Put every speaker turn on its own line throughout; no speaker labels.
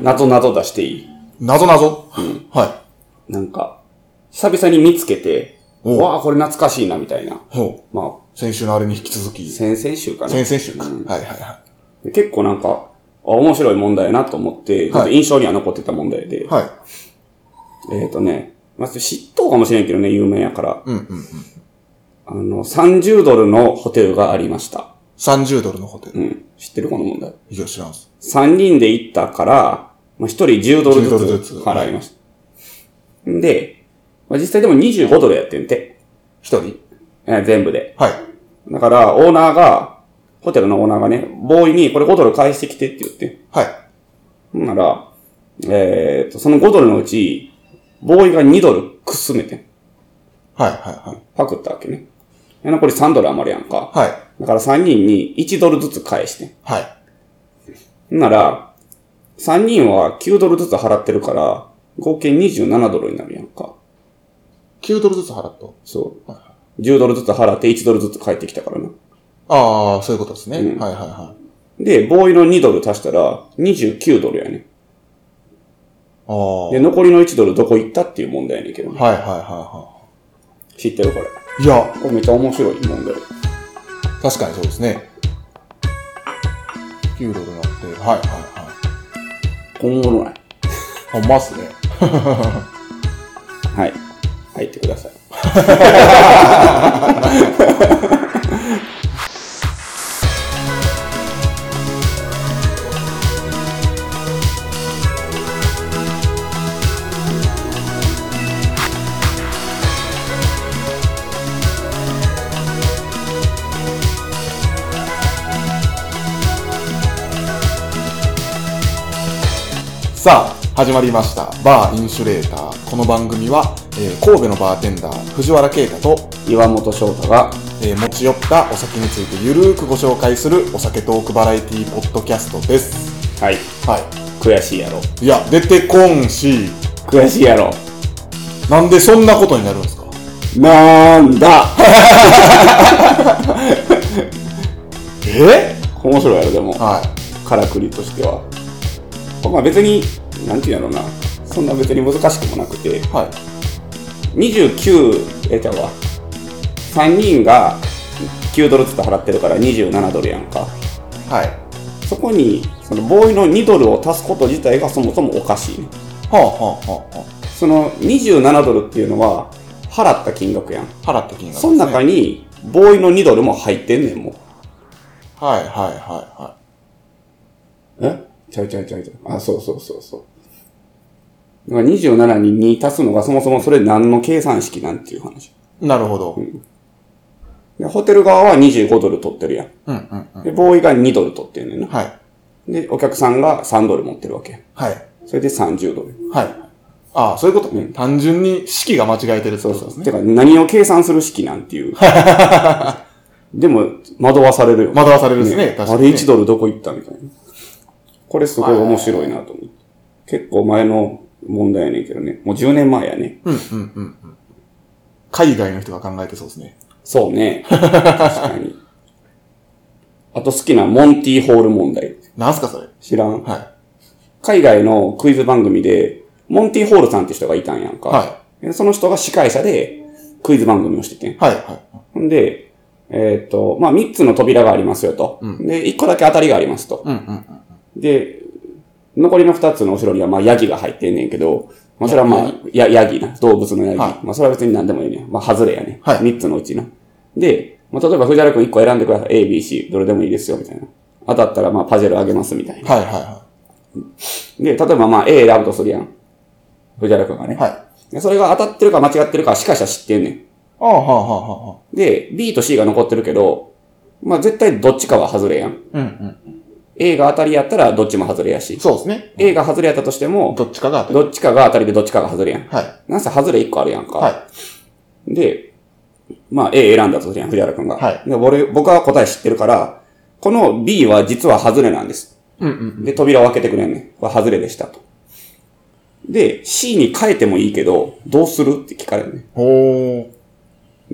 謎謎出していい
なぞなぞ。は
なんか、久々に見つけて、
おう
わあ、これ懐かしいな、みたいな。
い。ほ
ま
う。先週のあれに引き続き。
あ、
先
先々週かな。
々週か。はいはいは
で結構なんか、あ面白い問題やなと思って、ちょっと印象には残ってた問題で。
い。はい。
えっ、とね、まず、嫉妬かもしれんけどね、有名やから。
うんうんうん。
あの、30ドルのホテルがありました。
30ドルのホテル。
うん。知ってるこの問題。
いや、知らんす。
3人で行ったから、まあ、1人10ドル
10ド
ず
ルず
つ
つ
払いました。んで、まあ、実際でも25ドルやってんて。
一人
えー全部で。
はい。
だから、オーナーが、ホテルのオーナーがね、ボーイにこれ5ドル返してきてって言って。
はい。
ほんなら、えっ、と、その5ドルのうち、ボーイが2ドルくすめてん。
はいは
パクったわけね。で残り3ドル余るやんか。
いはい。はい。
だから3人に1ドルずつ返してん。
はい。
ほんなら、3人は9ドルずつ払ってるから、合計27ドルになるやんか。
9ドルずつ払っと。
そう。10ドルずつ払って1ドルずつ返ってきたからな。
ああ、そういうことですね。
うん
はいはいはい。
で、ボーイの2ドル足したら29ドルやね。
ああ。
で、残りの1ドルどこ行ったっていう問題やねんけど、ね、
はいはいはいは
知ってるこれ。
い。いや、
これめっちゃ面白い問題。
確かにそうですね。9ドルなって、はいはいはい。
今後のない。
ほんまっすね。
はい。入ってください。
さあ、始まりました。バーインシュレーター。この番組は、えー神戸のバーテンダー、藤原啓太と、
岩本翔太が、
えー持ち寄ったお酒についてゆるーくご紹介するお酒トークバラエティポッドキャストです。
はい。
は
悔しいやろ。
い。いや、出てこんし、
悔しいやろ。
なんでそんなことになるんですか
なんだ
え
面白いやろ、でも。
はい。
からくりとしては。まあ別に、なんていうんやろうな。そんな別に難しくもなくて、
はい。
29、え、ちゃうわ。3人が9ドルずつ払ってるから27ドルやんか。
はい。
そこに、そのボーイの2ドルを足すこと自体がそもそもおかしいね。
はあはあはあは
その27ドルっていうのは、払った金額やん。
あ。払った金額ですね。
その中に、ボーイの2ドルも入ってんねん、もう。
はいはいはいは
えちゃうちゃうちゃうちゃう。あ、そうそうそうそう。だから27に2足すのがそもそもそれ何の計算式なんていう話。
い。なるほど。うん
で、ホテル側は25ドル取ってるやん。
うんうん。
で、ボーイが2ドル取ってんねんな。
はい。
で、お客さんが3ドル持ってるわけ。
はい。
それで30ドル。
はい。ああ、そういうこと
うん
ね。単純に式が間違えてるって
そ
こ
う
と
そ
です
う。
ね。
てか、何を計算する式なんて いう。でも、惑わされるよ。
惑わされるですね確かにね
あれ1ドルどこ行ったみたいな。これすごい面白いなと思って。結構前の問題やねんけどね。もう10年前やね。
うんうんうんうん。海外の人が考えてそうですね。
そうね。 確かに。あと好きなモンティホール問題。
なんすかそれ。
知らん。
は
海外のクイズ番組で、モンティホールさんって人がいたんやんか。
は
でその人が司会者でクイズ番組をしててん
い。。はいはい。
ほんで、えっ、と、まあ、3つの扉がありますよと。で、1個だけ当たりがありますと。
うんうんうん。
で、残りの2つの後ろには、まあ、ヤギが入ってんねんけど、まあ、それはまあ、や、ヤギな。動物のヤギ。
は
まあ、それは別に何でもいいね。まあ、ハズレやね。
はい
3つのうちな。で、まあ、例えば、藤原くん1個選んでください。A、B、C、どれでもいいですよ、みたいな。当たったら、まあ、パジェロあげます、みたいな。
はいはいは
で、例えば、まあ、A 選ぶとするやん。藤原くんがね。
い。はい。あ
でそれが当たってるか間違ってるか、司会者知ってんねん。
あ、はあはあはあはあ。
で、B と C が残ってるけど、まあ絶対どっちかは外れやん。
うん
A が当たりやったらどっちも外れや
うん。
し。
そうですね。
A が外れやったとしても、
どっちかが当たる。
どっちかが当たりでどっちかが外れやん。
はい。
なんせ外れ1個あるやんか。
は
で、まあ A 選んだとするやん、藤原くんが。
はい
で俺僕は答え知ってるから、この B は実は外れなんです。
い。うんうん。
で、扉を開けてくれんねん。これ外れでしたと。で、C に変えてもいいけど、どうするって聞かれるねん。
ほー。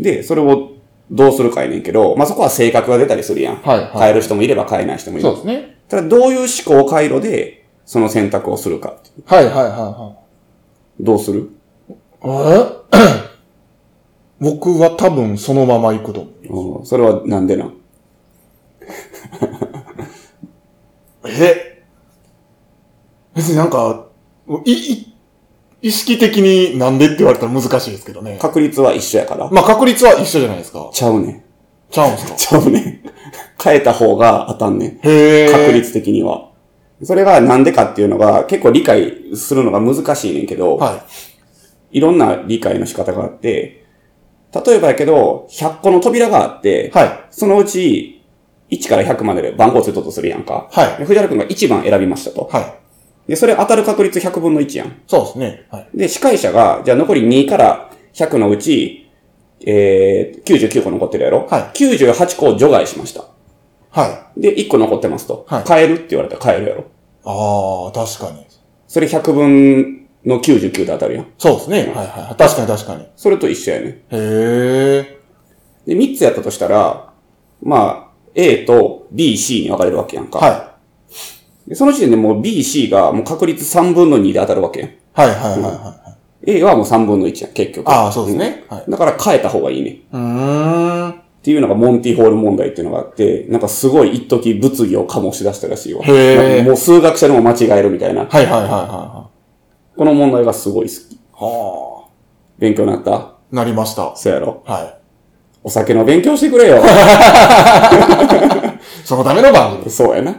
で、それをどうするかやねんけど、まあ、そこは性格が出たりするやん。
はいはい
変える人もいれば変えない人もいる
そう。ですね。
ただ、どういう思考回路で、その選択をするか。
はいはいは
どうする
いはい。え 僕は多分そのまま行くと思う。
うんそれはなんでなん
え別になんか、い、い、意識的になんでって言われたら難しいですけどね。
確率は一緒やから。
まあ確率は一緒じゃないですか。
ちゃうねん。
ちゃうん すか
ちゃうねん。 変えた方が当たんねん。
へえ。
確。率的には。それがなんでかっていうのが結構理解するのが難しいねんけど、
はい
ろんな理解の仕方があって、例えばやけど、100個の扉があって、
い。はい。
そのうち、1から100までで番号ついとったとするやんか。
はい。
で藤原くんが1番選びましたと。
はい。
で、それ当たる確率100分の1やん。
そうですね。はい。
で、司会者が、じゃあ残り2から100のうち、えー、99個残ってるやろ
はい
98個を除外しました。
はい。
で、1個残ってますと。
はい
変えるって言われたら変えるやろ。
ああ、確かに。
それ100分の99で当たるやん。
そうですね。はいはい。確かに確かに。へ
それと一緒やね。
え。
で、3つやったとしたら、まあ、A と B、C に分かれるわけやんか。
は
でその時点でもう B、C がもう確率3分の2で当たるわけやん。
い。はいはいはいはい。
A はもう3分の1やん、結局。
ああ、そうですね。はい。
うん。だから変えた方がいいね。っ
うーん。
ていうのがモンティホール問題っていうのがあって、なんかすごい一時物議を醸し出したらしいわ。
へー
なんかもう数学者でも間違えるみたいな。
はいはいはいはいは
この問題がすごい好き。
い。は
勉強になった
あ。なりました。
そうやろ。
は
お酒の勉強してくれよ。
い。そのための番組です。
そうやな。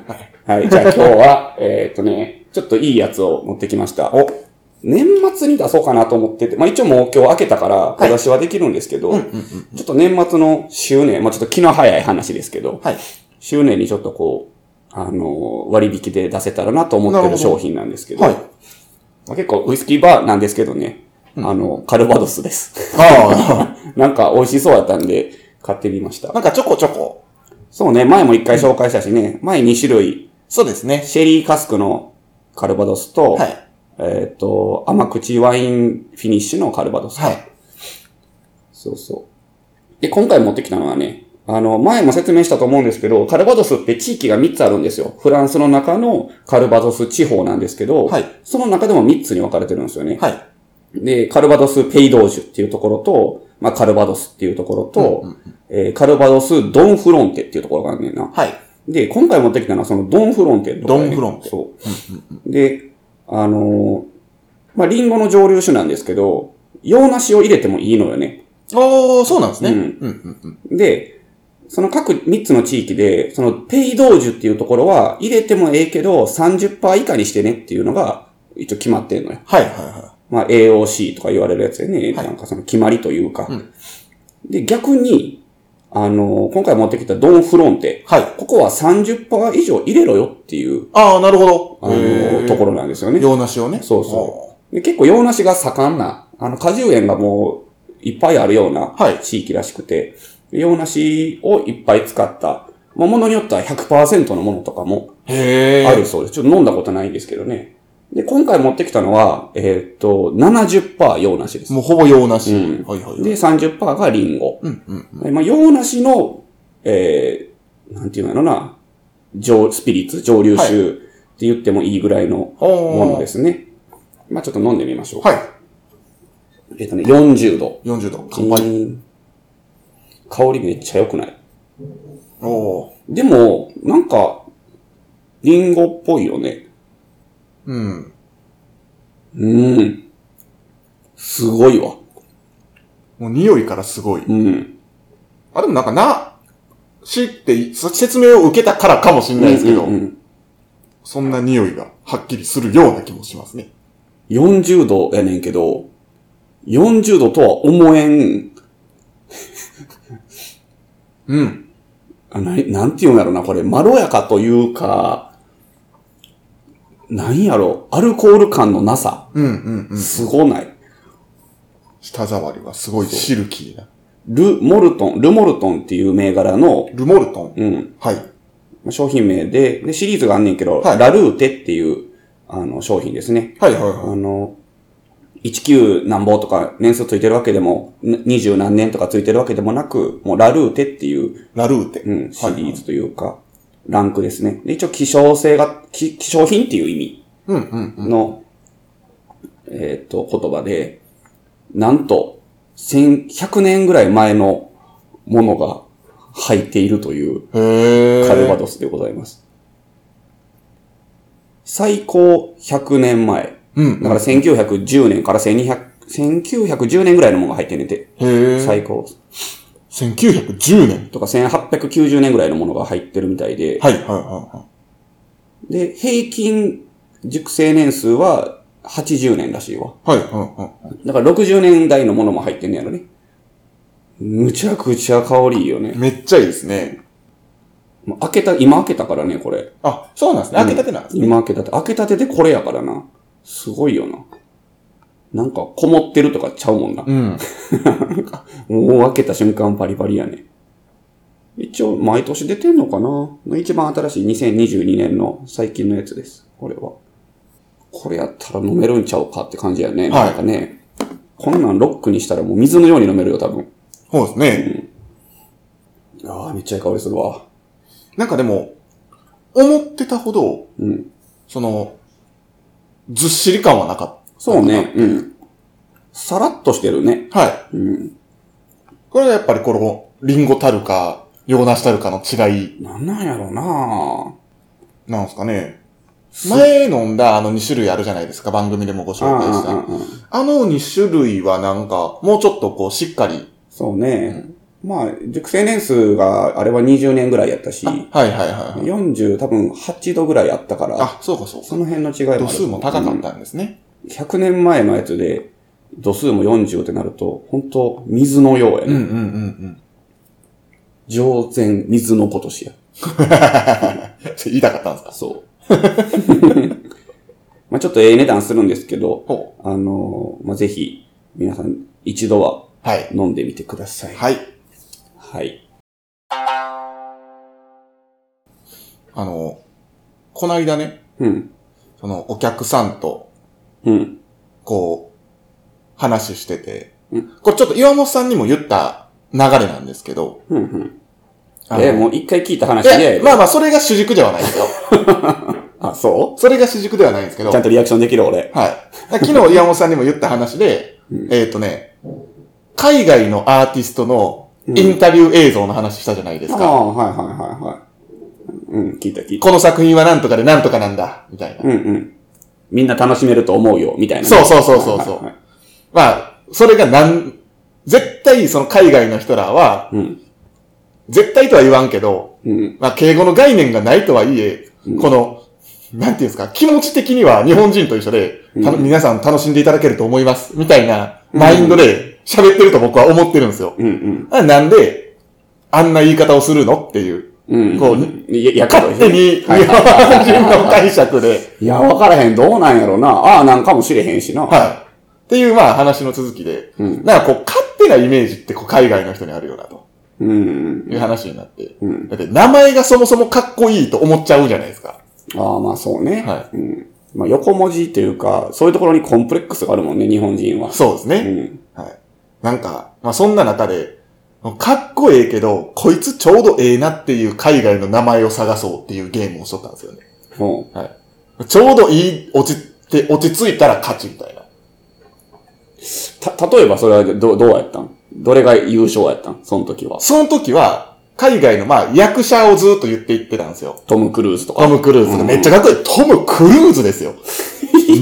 はい。じゃあ今日は、えーっとね、ちょっといいやつを持ってきました。
お。
年末に出そうかなと思ってて、まあ一応もう今日開けたから、
い
小出しはできるんですけど、ちょっと年末の周年、まあちょっと気の早い話ですけど、
はい。
周年にちょっとこう、あのー、割引で出せたらなと思
な
って
るほ
る
ど
商品なんですけど、
はい。
まあ、結構ウイスキーバーなんですけどね、あの、カルバドスです。
あ
なんか美味しそうやったんで、買ってみました
あ。。なんかちょこちょこ。
そうね、前も一回紹介したしね、前2種類、
そうですね。
シェリーカスクのカルバドスと、
はい。
えっ、と、甘口ワインフィニッシュのカルバドス。
はい。
そうそう。で、今回持ってきたのはね、あの、前も説明したと思うんですけど、カルバドスって地域が3つあるんですよ。フランスの中のカルバドス地方なんですけど、
はい
その中でも3つに分かれてるんですよね。
はい。
で、カルバドスペイドージュっていうところと、まあ、カルバドスっていうところと、えーカルバドスドンフロンテっていうところがあるねんな。
はい。
で、今回持ってきたのはそのドンフロンテのところ、ね。
ドンフロンテ
そう。で、あのーまあ、リンゴの蒸留酒なんですけど、洋梨を入れてもいいのよね。
おー、そうなんですね。
うん
うんうんうん。
で、その各3つの地域で、そのペイドージュっていうところは入れてもええけど30%以下にしてねっていうのが一応決まってんのよ。
はいはいは
まあ AOC とか言われるやつでね、
はい
なんかその決まりというか。
うん
で、逆に、あのー今回持ってきたドンフロンテ。
い。はい。
ここは30%以上入れろよっていう、
ああ、なるほ
あ
ど。
のーとこ
ろ。
ろなんですよね。
洋梨をね。
そうそで結構洋梨が盛んな、あの、果樹園がもういっぱいあるような
はい
地域らしくて、で洋梨をいっぱい使った、まあ、ものによっては100%のものとかも
う。へえ。
ある。そうです。ちょっと飲んだことないんですけどね。で、今回持ってきたのは、えーっと、70%洋梨です。
もうほぼ洋梨。
うん
はいはいはい。
で、30%がリンゴ。
うんうんうん。。
でまあ、洋梨の、えー、なんていうのやろな、蒸スピリッツ、蒸留酒って言ってもいいぐらいのものですすね。まあ、ちょっと飲んでみましょう。
はい。
えっ、とね、40度。
40度。乾杯。
うん香りめっちゃ良くない。
おー。
でも、なんか、リンゴっぽいよね。
うん。
うん。すごいわ。
もう匂いからすごい。
うん。
あ、でもなんかな、しって、そ説明を受けたからかもしれないですけど、
うんうん
そんな匂いがはっきりするような気もしますね。
40度やねんけど、40度とは思えん
うん。
あななんていうんやろな、これ、まろやかというか、なんやろ、アルコール感のなさ、
うんうんうん。
すごない。
舌触りはすごいシルキーな。
ル・モルトン、ル・モルトンっていう銘柄の、
ルモルトン。
うん、
はい。
商品名で、で、シリーズがあんねんけど、
はい
ラルーテっていう、あの、商品ですね。
はいはい
あ
はい。
の、19何ぼとか年数ついてるわけでも、二十何年とかついてるわけでもなく、もうラルーテっていう
ラルーテ。
うん、シ
はい
リーズというか、ランクですね。で、一応希少性が、き希少品っていう意味
うんうんうん。
の、えーっと、言葉で、なんと、1100年ぐらい前のものが入っているという
へえ。
カルバドスでございます。最高100年前。
うん。
だから1910年から1200、1910年ぐらいのものが入ってんねんて。
へえ。
最高。
1910年。
とか1890年ぐらいのものが入ってるみたいで。
はいはいはいは
で、平均熟成年数は80年らしいわ。
い。はいはいはい。
だから60年代のものも入ってんねやろね。むちゃくちゃ香りいいよね。
めっちゃいいですね。
もう開けた、今開けたからね、これ。
あ、そうなんですね。開けたてなんですね。
今開けたて。開けたてでこれやからな。すごいよな。なんか、こもってるとかちゃうもんな。
うん。
もう開けた瞬間パリパリやね。一応、毎年出てんのかな一番新しい2022年の最近のやつです。これは。これやったら飲めるんちゃうかって感じやね。
はい
なんかね。こんなんロックにしたらもう水のように飲めるよ、多分。
そうですね。
ああ、めっちゃいい香りするわ。
なんかでも、思ってたほど、
うん。
その、ずっしり感はなかっ
そうね。うん。さらっとしてるね。
た。はい。
うん。
これがやっぱりこの、リンゴたるか、洋梨たるかの違い
なんなんやろな
なんですかね。前飲んだあの2種類あるじゃないですか、番組でもご紹介し
うん
た。
うんうんうん
あの2種類はなんか、もうちょっとこう、しっかり。
そうね。まあ、熟成年数があれは20年ぐらいやったし、
はいはいはいはい。
40多分8度ぐらいあったから、
あ、そうかそうか
そ。の辺の違いもある
度数も高かっ
うん
たんですね。
100年前のやつで、度数も40ってなると、本当水のようや
うんうん
ね。
うん うん。
上善水のことしや。
言いたかったんですか
そう。まあちょっとええ値段するんですけど、
ほ
あのまあぜひ、皆さん一度は
う。はい。
飲んでみてください。
はい。
はい。
あの、こないだね、
うん。
そのお客さんと、
うん。
こう、話してて
うん、
これちょっと岩本さんにも言った流れなんですけど、
うん。うん。
あの
え、もう一回聞いた話
いや
で。
まあまあ、それが主軸ではないで すよ。
あ、そ
それが主軸ではないんですけ
う
ど、
ちゃ
は
ん
い。
とリアクションできる俺。
昨日岩本さんにも言った話で
う、
えっとね、海外のアーティストの
うん
インタビュー映像の話したじゃないです
あ
か。
あ、はいはいはいはい。うん、聞いた聞いた。
この作品はなんとかでなんとかなんだ、みたいな
う。んうん。みんな楽しめると思うよ、みたいなね。
そうそうそうそうそう
はいはいはい
まあ、それがなん、絶対その海外の人らは、
うん。
絶対とは言わんけど、
うん。
まあ、敬語の概念がないとはいえ、
うん
この、なんていうんですか、気持ち的には日本人と一緒で、た
うん
皆さん楽しんでいただけると思います、みたいなマインドで喋ってると僕は思ってるんですよ。
うん
あなんで、あんな言い方をするのっていう、
うん。うん。
こう
いや、
勝手に日
は
本
いはい
人の解釈で、
いや、わからへん。どうなんやろな。ああ、なんかもしれへんしな。
はい。っていう、まあ話の続きで、
うん。
なんかこう、勝手なイメージってこう海外の人にあるよな、と
うん。
いう話になって。
うん。
だって名前がそもそもかっこいいと思っちゃうじゃないですか。
ああ、まあそうね。
は
うん。まあ横文字というか、そういうところにコンプレックスがあるもんね、日本人は。
そうです
う
ね。
ん。
はい。なんか、まあそんな中で、かっこええけど、こいつちょうどええなっていう海外の名前を探そうっていうゲームをしとったんですよね。
ほ
ちょうどいい、落ちて、落ち着いたら勝ちみたいな。
うた、例えばそれはど、どうやったんどれが優勝やったんその時は。
その時は、海外のまあ役者をずっと言っていってたんですよ。
トム・クルーズとか。
トム・クルーズ
う
が
ん
めっちゃかっこいい。トム・クルーズですよ。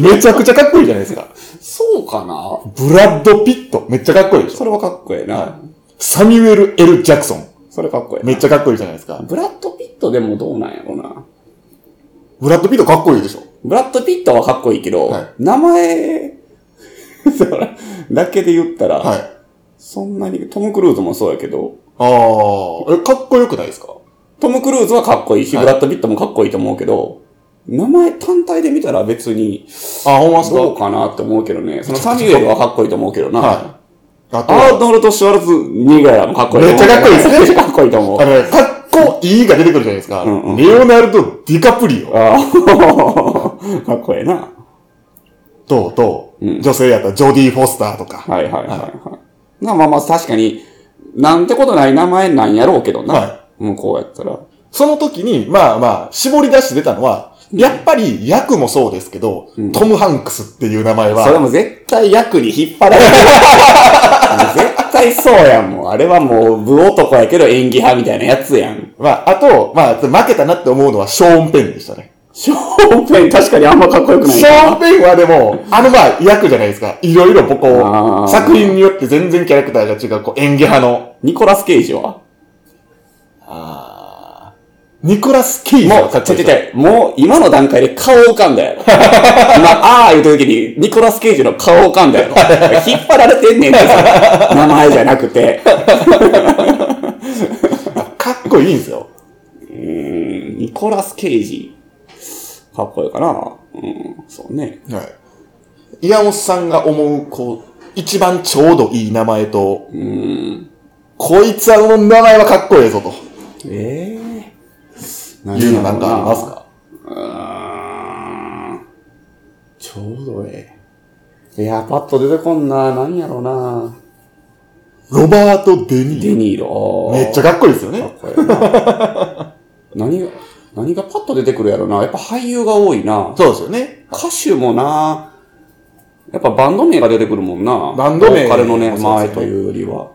めちゃくちゃかっこいいじゃないですか。
そうかな
ブラッド・ピット。めっちゃかっこいいでしょ。
それはかっこええな。
はサミュエル・ L ・ジャクソン。
それかっこええな。
めっちゃかっこいいじゃないですか。
ブラッド・ピットでもどうなんやろな。
ブラッド・ピットかっこいいでしょ。
ブラッド・ピットはかっこいいけど、
はい
名前、 そらだけで言ったら、
はい。
そんなに、トム・クルーズもそうやけど、
ああ、え、かっこよくないですか
トム・クルーズはかっこいいし、
はい
ブラッド・ピットもかっこいいと思うけど、名前単体で見たら別に、
あ、ほんまっすか
どうかなって思うけどね。そのサミュエルはかっこいいと思うけどな。
はい。あと
ア
は、
ーノルド・シュワルツ・ニーガーもかっこいいと思う。
めっちゃかっこいいですね
めっちゃかっこいいと思う
あ。のねかっこいいが出てくるじゃないですか。
うんうん
レオナルド・ディカプリオ
ああ、 かっこええな。
と、と、
うん
女性やったらジョディ・フォスターとか。
はいはいはいはい。なまあまあ確かに、なんてことない名前なんやろうけどな。
は
向こうやったら。
その時に、まあまあ、絞り出して出たのは、やっぱり役もそうですけど、
うん
トム・ハンクスっていう名前
それ
は、
も絶対役に引っ張られる。 絶対そうやん、もう。あれはもう、武男やけど演技派みたいなやつやん。
まあ、あと、まあ、負けたなって思うのはショーン・ペンでしたね。
ショーンペン確かにあんまかっこよくない
ショーン・ペンはでも、あのまあ、役じゃないですか。いろいろ僕
あ
こ
ー
う、作品によって全然キャラクターが違う、こう、演技派の。
ニコラス・ケイジは
あニコラス・ケイジ
も
の
う、ちょ
作
ちょ
品
ちょ、もう今の段階で顔浮かんだ やろ。今、あー言うた時に、ニコラス・ケイジの顔浮かん だやろ。引っ張られてんねんってさ、名前じゃなくて。
かっこいいんですよ。
うーん、ニコラス・ケイジ。かっこいいかな。うん、そうね。
はい。岩本さんが思う、こう、一番ちょうどいい名前と、
うーん。
こいつはの名前はかっこええぞと。
ええー。
いうのなんかありますか
うーん。ちょうどええ。いや、パッと出てこんな。何やろうな。
ロバート・デ・ニー
デニーロ。
ロ。めっちゃ
か
かっこいいですよ
っ
ね。
こええな何が、何がパッと出てくるやろな。やっぱ俳優が多いな。
そうですよね。
歌手もな。やっぱバンド名が出てくるもんな。
バンド名
ボーカルのね、
もそう
前
です
と
よね
いうよりは。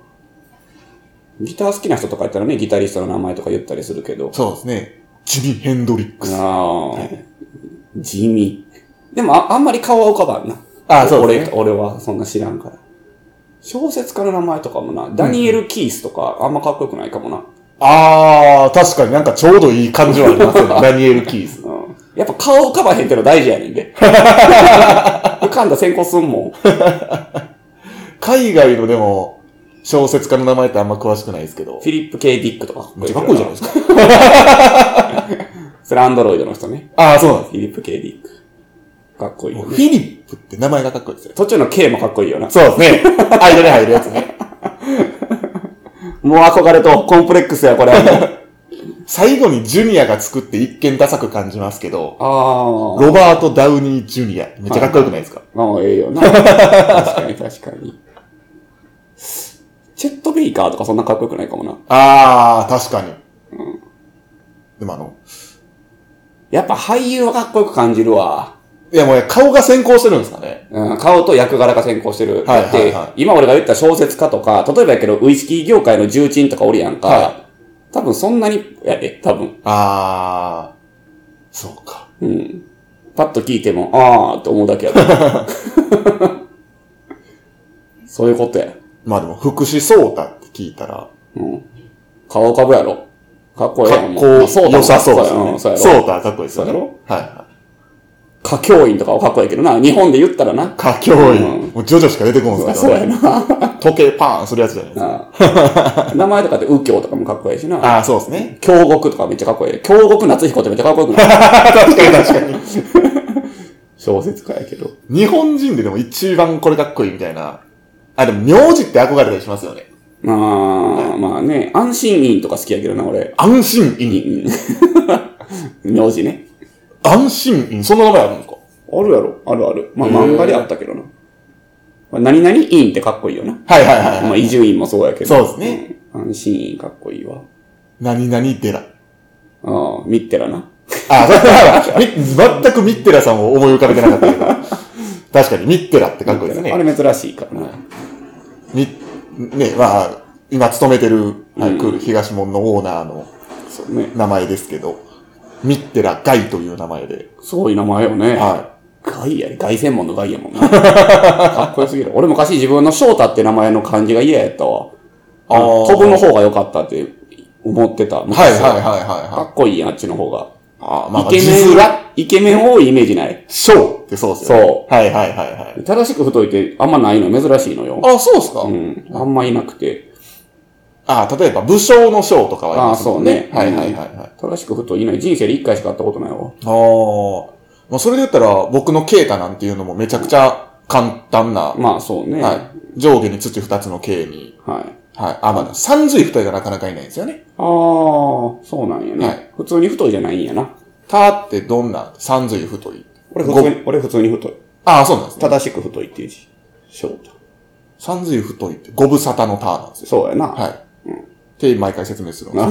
ギター好きな人とかやったらね、ギタリストの名前とか言ったりするけど。
そうですね。ジミ・ヘンドリックス。
ああ、地味。でもあ、あんまり顔は浮かばんな。
あそうですね
俺、俺はそんな知らんから。小説家の名前とかもな、ダニエル・キースとか、あんまかっこよくないかもな。
あー、確かになんかちょうどいい感じはあります よね。ダニエル・キース。
うん。やっぱ顔浮かばへんっての大事やねん で。浮かんだ先行すんもん。
海外のでも、小説家の名前ってあんま詳しくないですけど
フィ。リップ・ケイ・ディックとか。
めっちゃかっこいいじゃないですか。
か。それアンドロイドの人ね。
あー、そうなんで
フィリップ・ケイ・ディック。かっこいい
す。
よ
フ
ね。
ィリップって名前がかっこいいですよ。
途中の K もかっこいいよな。
そうですね。 間に入るやつね。
もう憧れとコンプレックスや、 これはもう。
最後にジュニアが作って一見ダサく感じますけど、
ああ。
ロバート・ダウニー・ジュニア。めっちゃかっこよくないですか、
ああ、ええよな。確かに確かに。チェット・ベイカーとかそんなかっこよくないかもな。
あー、確かに。でもあの、
やっぱ俳優はかっこよく感じるわ。
いやもう顔が先行してるんですかね。
うん、顔と役柄が先行してる。
はい
だって
はいはい
今俺が言った小説家とか、例えばやけど、ウイスキー業界の重鎮とかおるやんか。
は
多分そんなに、やで、多分。
あー、そうか。
うん。パッと聞いても、あーって思うだけやで。 そういうことや。
まあでも、福士蒼太って聞いたら、
うん。顔浮かぶやろ。かっこええや
か
ん。
っ
も
こ
う
良
まあそうだろ
さそうです
う
よ
や
ね。
んそう
蒼
やろ。
太はかっこいいですよね。
そうやろ
はいは
歌教員とかはかっこいいけどな。日本で言ったらな。
い。かっこいい。
う
もうジョジョしか出てこないんです
そ
け
う
ど、
や
ね、
な。
時計パーンするやつじゃないですか。
名前とかって右京とかもかっこいいしな。
あー、そうですね。
京極とかめっちゃかっこいい。京極夏彦ってめっちゃかっこよくない
確かに確かに。
小説家やけど。
日本人ででも一番これかっこいいみたいな。あ、でも名字って憧れたりしますよね。
まあ、まあね、安心院とか好きやけどな、 俺。
安心院。
院名字ね。
安心院。そんな名前あるんですか
あるやろ。あるある。まあ漫画であったけどな。まあ何々院ってかっこいいよな。
はいはいはい、
まあ
はい。
伊集院もそうやけど。
そうですね
うん。安心院かっこいいわ。
何々寺。
ああ、ミッテラな。
あ、そうだ。み全くミッテラさんを思い浮かべてなかったけど。確かにミッテラってかっこいいです
あ
ね。
れ珍しいからな。
み、ね、まあ、今勤めてる、は
う
い、
ん
クール東門のオーナーの
そうね。
名前ですけど、ミッテラガイという名前で。
すごい名前よね。
は
ガイやで、ガイ専門のガイやもんな。 かっこよすぎる。俺昔自分の翔太って名前の漢字が嫌やったわ。あの
あー
飛ぶの方が良かったって思ってた。
い。
昔
はいはいはいはい
か
はい。
っこいいやん、あっちの方が。
あまあ、まあ、
イケメ
字
ン
面
が、イケメン多いイメージない。
ショーってそうですよね。。
そう
はいはいはいはい。
正しく太いってあんまないの珍しいのよ。
あ、そうですか、
うん。あんまいなくて。
あ例えば武将の将とかはあり
ああ、
ます
そ
も
うん
ね
ね。。
はいはいはいはい。あ
正しく太いいない。人生で一回しか会ったことないわ。
あ。まあ、それで言ったら、僕の啓太なんていうのもめちゃくちゃ簡単な、は。
まあ、そうね。はい
上下に土二つの啓に、
い。
はい。あ、まあ、三髄二重がなかなかいないんですよね。
ああ、そうなんやね、
はい
普通に太いじゃないんやな。
たってどんな三髄太い。
俺普通に、俺普通に太い。
ああ、そうなんですね。
正しく太いっていう字。翔太。
三髄太いって五分沙汰のターなんですよ。
そうやな。
はい。って毎回説明するんです よ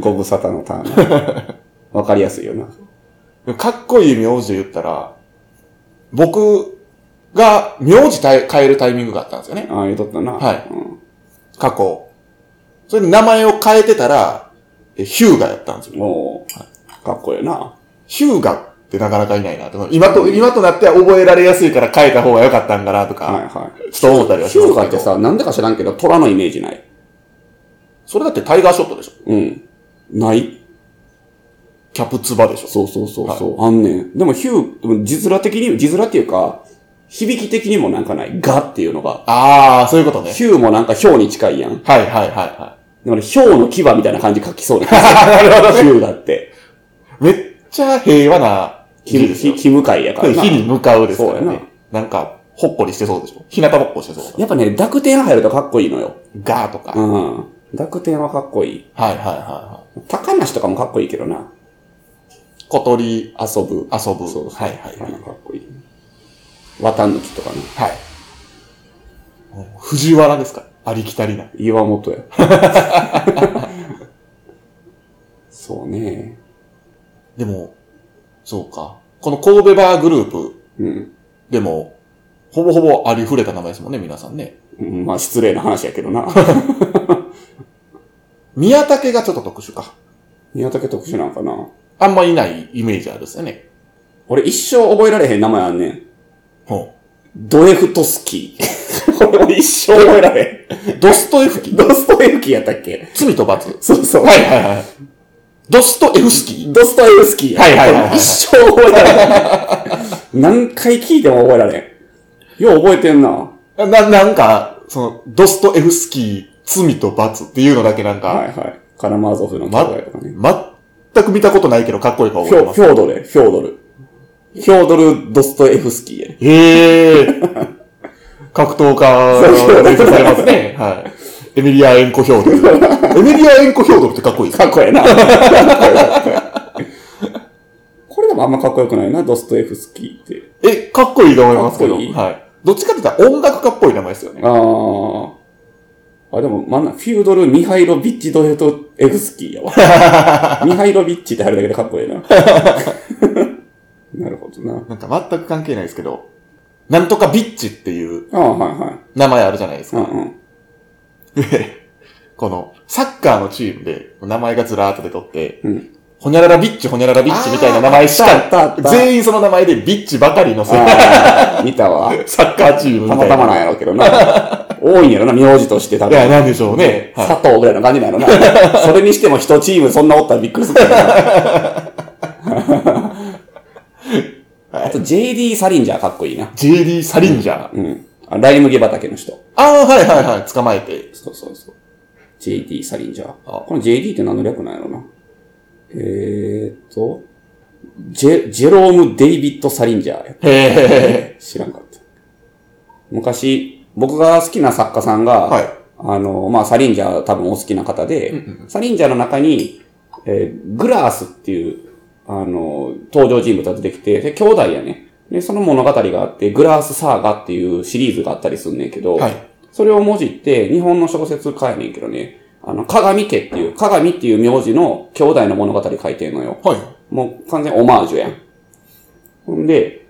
ご無沙汰のターン。わかりやすいよな。
でもかっこいい名字で言ったら、僕が名字変え変えるタイミングがあったんですよね。
ああ、言うとったな。
はい
うん
過去。それで名前を変えてたら、えヒューガやったんですよ。
おお、かっこいいな。
ヒューガってなかなかいないなと。今と、今となっては覚えられやすいから変えた方が良かったんかなとか、
はいはい。
ちょっと思ったりはし
ヒ
ます
ュー
けど。
ガってさ、なんでか知らんけど、虎のイメージない。
それだってタイガーショットでしょ。
うん。ない。
キャプツバでしょ。
そうそうそうそう、あんねん。でもヒュー、でも字面的に、字面っていうか、響き的にもなんかない。ガっていうのが。
あー、そういうことね。
ヒューもなんかヒョウに近いやん。
はいはいはいは
だからヒョウの牙みたいな感じ書きそうな気が
い。なる
する。ヒューガって。
ほど。めっちゃ平和な
ひ
日です
ひ
よ。
ひ向かいやからな。
日に向かうですから
そうや
ね。なんか、ほっこりしてそうでしょ。日向ぼっこしてそう。
やっぱね、濁点入るとかっこいいのよ。
ガーとか。はい
うん。濁点はかっこいい。
はいはいはい。
高梨とかもかっこいいけどな。
小鳥、
遊ぶ。
遊ぶ。
そうそう
はいはいはい。
かっこいい。綿抜きとかね。
はい。もう藤原ですかありきたりな。
岩本 や。そうね。
でも、そうか。この神戸バーグループ
うん。
でも、ほぼほぼありふれた名前ですもんね、皆さんね。
うんまあ失礼な話やけど な。
宮武がちょっと特殊か。
宮武特殊なんかな。
あんまいないイメージあるですよね。
俺一生覚えられへん名前あんねん。
ほ
ドエフトスキー。 これ俺一生覚えられ
う。ドストエフ
へ
キ
ん。。ドストエフキーやったっけ
罪と罰。
そうそう。
はいはいはい。ドストエフスキー。
ドストエフスキーや。
はいはいはいはい
これ一生覚えられへん。何回聞いても覚えられへん。よう覚えてんな。
な、なんか、その、ドストエフスキー、罪と罰っていうのだけなん
はい
か、
はい。カラマーゾフの
ま
兄弟とかね。
全く見たことないけどかっこいい顔
フ
覚えて
ョ
ます
フ。ョードレ、フョードル。フョードル・ドストエフスキーやね。
へえ。 格闘家の連想されますね。はい。エミリア・エンコ・ヒョードル。エミリア・エンコ・ヒョードルってかっこいいですね
かっこええな。これでもあんまかっこよくないな、ドストエフスキーって。
え、かっこいいと思います
かっ
けど。
こいい
はい。どっちかって言ったら音楽家っぽい名前ですよね。
あー。あ、でも、まんな、フィードル・ミハイロビッチ・ドエト・エフスキーやわ。 ミハイロビッチってあるだけでかっこええな。なるほどな。
なんか全く関係ないですけど、なんとかビッチっていう
ああ、はいはい。
名前あるじゃないです
う
か。
ん うん。
で、この、サッカーのチームで名前がずらーっと出とって、
うん
ほにゃららビッチ、ほにゃららビッチみたいな名前し
あーあったあ
か
っ、た
全員その名前でビッチばかりのせ
あー見たわ。
サッカーチームみ
た
たいな。
またまなんやろうけどな。多いんやろな、名字として多
いや、
分。
なんでしょうね。はい
佐藤ぐらいの感じなのな。 それにしても一チームそんなおったらびっくりするけど なあと JD サリンジャーかっこいいな。
JD サリンジャー。
うん。あライ麦畑の人。
ああ、はいはいはい。捕まえて。
そうそうそう。JD サリンジャー。
あ
この JD って何の略なんやろな。えーっと、ジェ、ジェローム・デイビッド・サリンジャーや
へえ。
知らんかった。昔、僕が好きな作家さんが、
はい
あの、まあ、サリンジャー多分お好きな方で、サリンジャーの中に、えーグラースっていう、あの、登場人物が出てきて、で、兄弟やね。で、その物語があって、グラースサーガっていうシリーズがあったりすんねんけど、
はい
それをもじって、日本の小説書いねんけどね、あの、鏡家っていう、鏡っていう名字の兄弟の物語書いてんのよ。
は
もう完全オマージュやん。ほんで、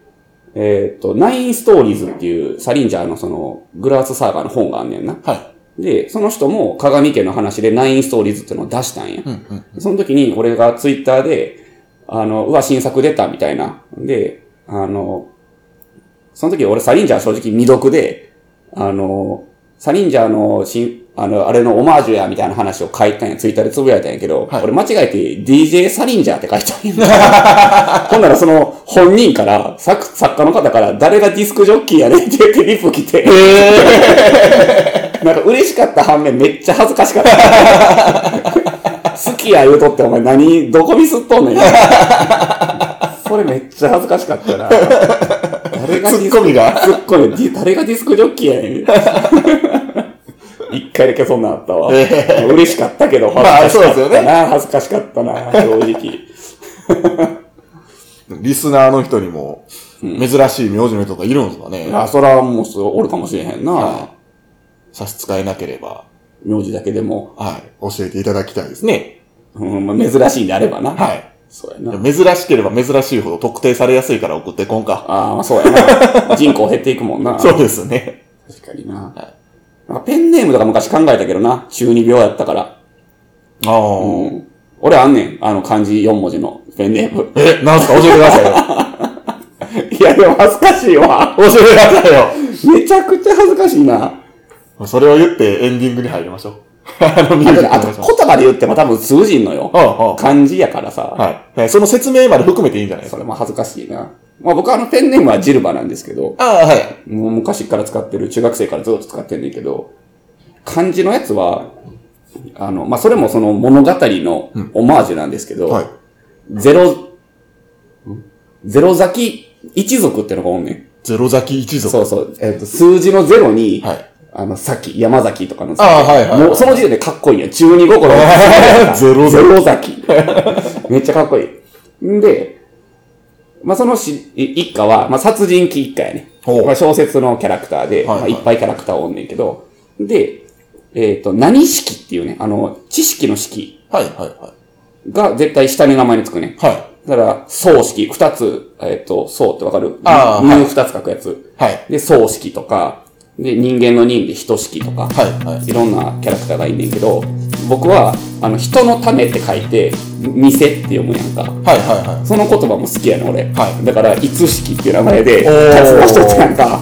えーっと、ナインストーリーズっていうサリンジャーのその、グラースサーガーの本があんねんな。
い。は
で、その人も鏡家の話でナインストーリーズっていうのを出したんや
い。。うんうん。
その時に俺がツイッターで、あの、うわ、新作出たみたいな。で、あの、その時俺サリンジャー正直未読で、あの、サリンジャーの新、あの、あれのオマージュやみたいな話を書いたんや、ツイッターでつぶやいたんやけど、
はい
俺間違えて DJ サリンジャーって書いたんや。 ほんならその本人から、作作家の方から誰がディスクジョッキーやねんって言ってリプ来て、
え え。
なんか嬉しかった反面めっちゃ恥ずかしかった。好きや言うとってお前何、どこミスっとんねん。それめっちゃ恥ずかしかったな。誰が
ツ
ディス
ッコミが。
ツッコミ、ディ誰がディスクジョッキーやねん。一回だけそんなんあったわ。嬉しかったけど、
まあ
恥ずかし
そ
か
う
っ
で
た
す
な。恥ずかしかったな、正 直。
リスナーの人にも、珍しい名字の人がいるんですか
い
ね。
や、そらもうすおるかもしれへんな。
差し支えなければ、
名字だけでも、
はい。教えていただきたいですね。
うんまあ珍しいんであればな。
はい。
そうやな。
いや珍しければ珍しいほど特定されやすいから送ってこんか。
ああ、まあそうやな。人口減っていくもんな。
そうですね。
確かにな。なんかペンネームとか昔考えたけどな。中二病やったから。う
ああ。
ん。俺あんねん。あの漢字4文字のペンネーム。
え、なんすか教えてくださいよ。
いや、でも恥ずかしいわ。
教えてくださいよ。
めちゃくちゃ恥ずかしいな。
もうそれを言ってエンディングに入りましょう。 あの、ミュー
あ
ジック
と、あ
に
と
入りましょう
言葉で言っても多分通じんのよ。
あああ
漢字やからさ。
あはいはい。その説明まで含めていいんじゃないです
そ
か。
れも恥ずかしいな。まあ僕はあのペンネームはジルバなんですけど、
ああ、はい。
もう昔から使ってる、中学生からずっと使ってんねんけど、漢字のやつは、あの、まあそれもその物語のオマージュなんですけど、
はい。
ゼロ、ゼロ咲き一族ってのがおんねん。
ゼロ咲き一族。
そうそう。えっ、と、数字のゼロに、
はい
あの、咲き、山崎とかの
ああはいはい
もうその時点でかっこいいやん。中二心。
ゼロ
ゼ
咲き。
ロ咲き。 めっちゃかっこいい。んで、まあ、そのし一家は、まあ、殺人鬼一家やね。
ほう
まあ、小説のキャラクターで、
はいはい
まあ、いっぱいキャラクターおんねんけど、で、えっ、と、何式っていうね、あの、知識の式
はい、はい、は
が絶対下に名前につくね。
い。は
だから、葬式、二つ、えっ、と、葬ってわかる
あー
二
はい
二つ書くやつ。
い。はい。
で、葬式とか、で、人間の人で人式とか。
はい、はい。
いろんなキャラクターがいんねんけど、僕は、あの、人のためって書いて、店って読むやんか。
はい、はい、はい。
その言葉も好きやねん、俺。
はい
だから、いつ式っていう名前で
おー、
活動しとってやんか。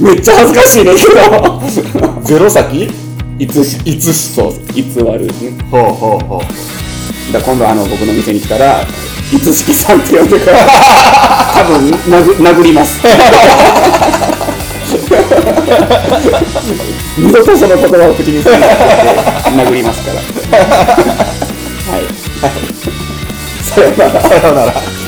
めっちゃ恥ずかしいねんけど。
ゼロ咲き
いつ式。
いつし
そうそう、いつ割る、ね。
ほうほうほう。
だから今度、あの、僕の店に来たら、いつ式さんって呼んでくれ。多分、殴殴ります。 二度とその言葉を口にするなって、殴りますから。はい。
さようなら。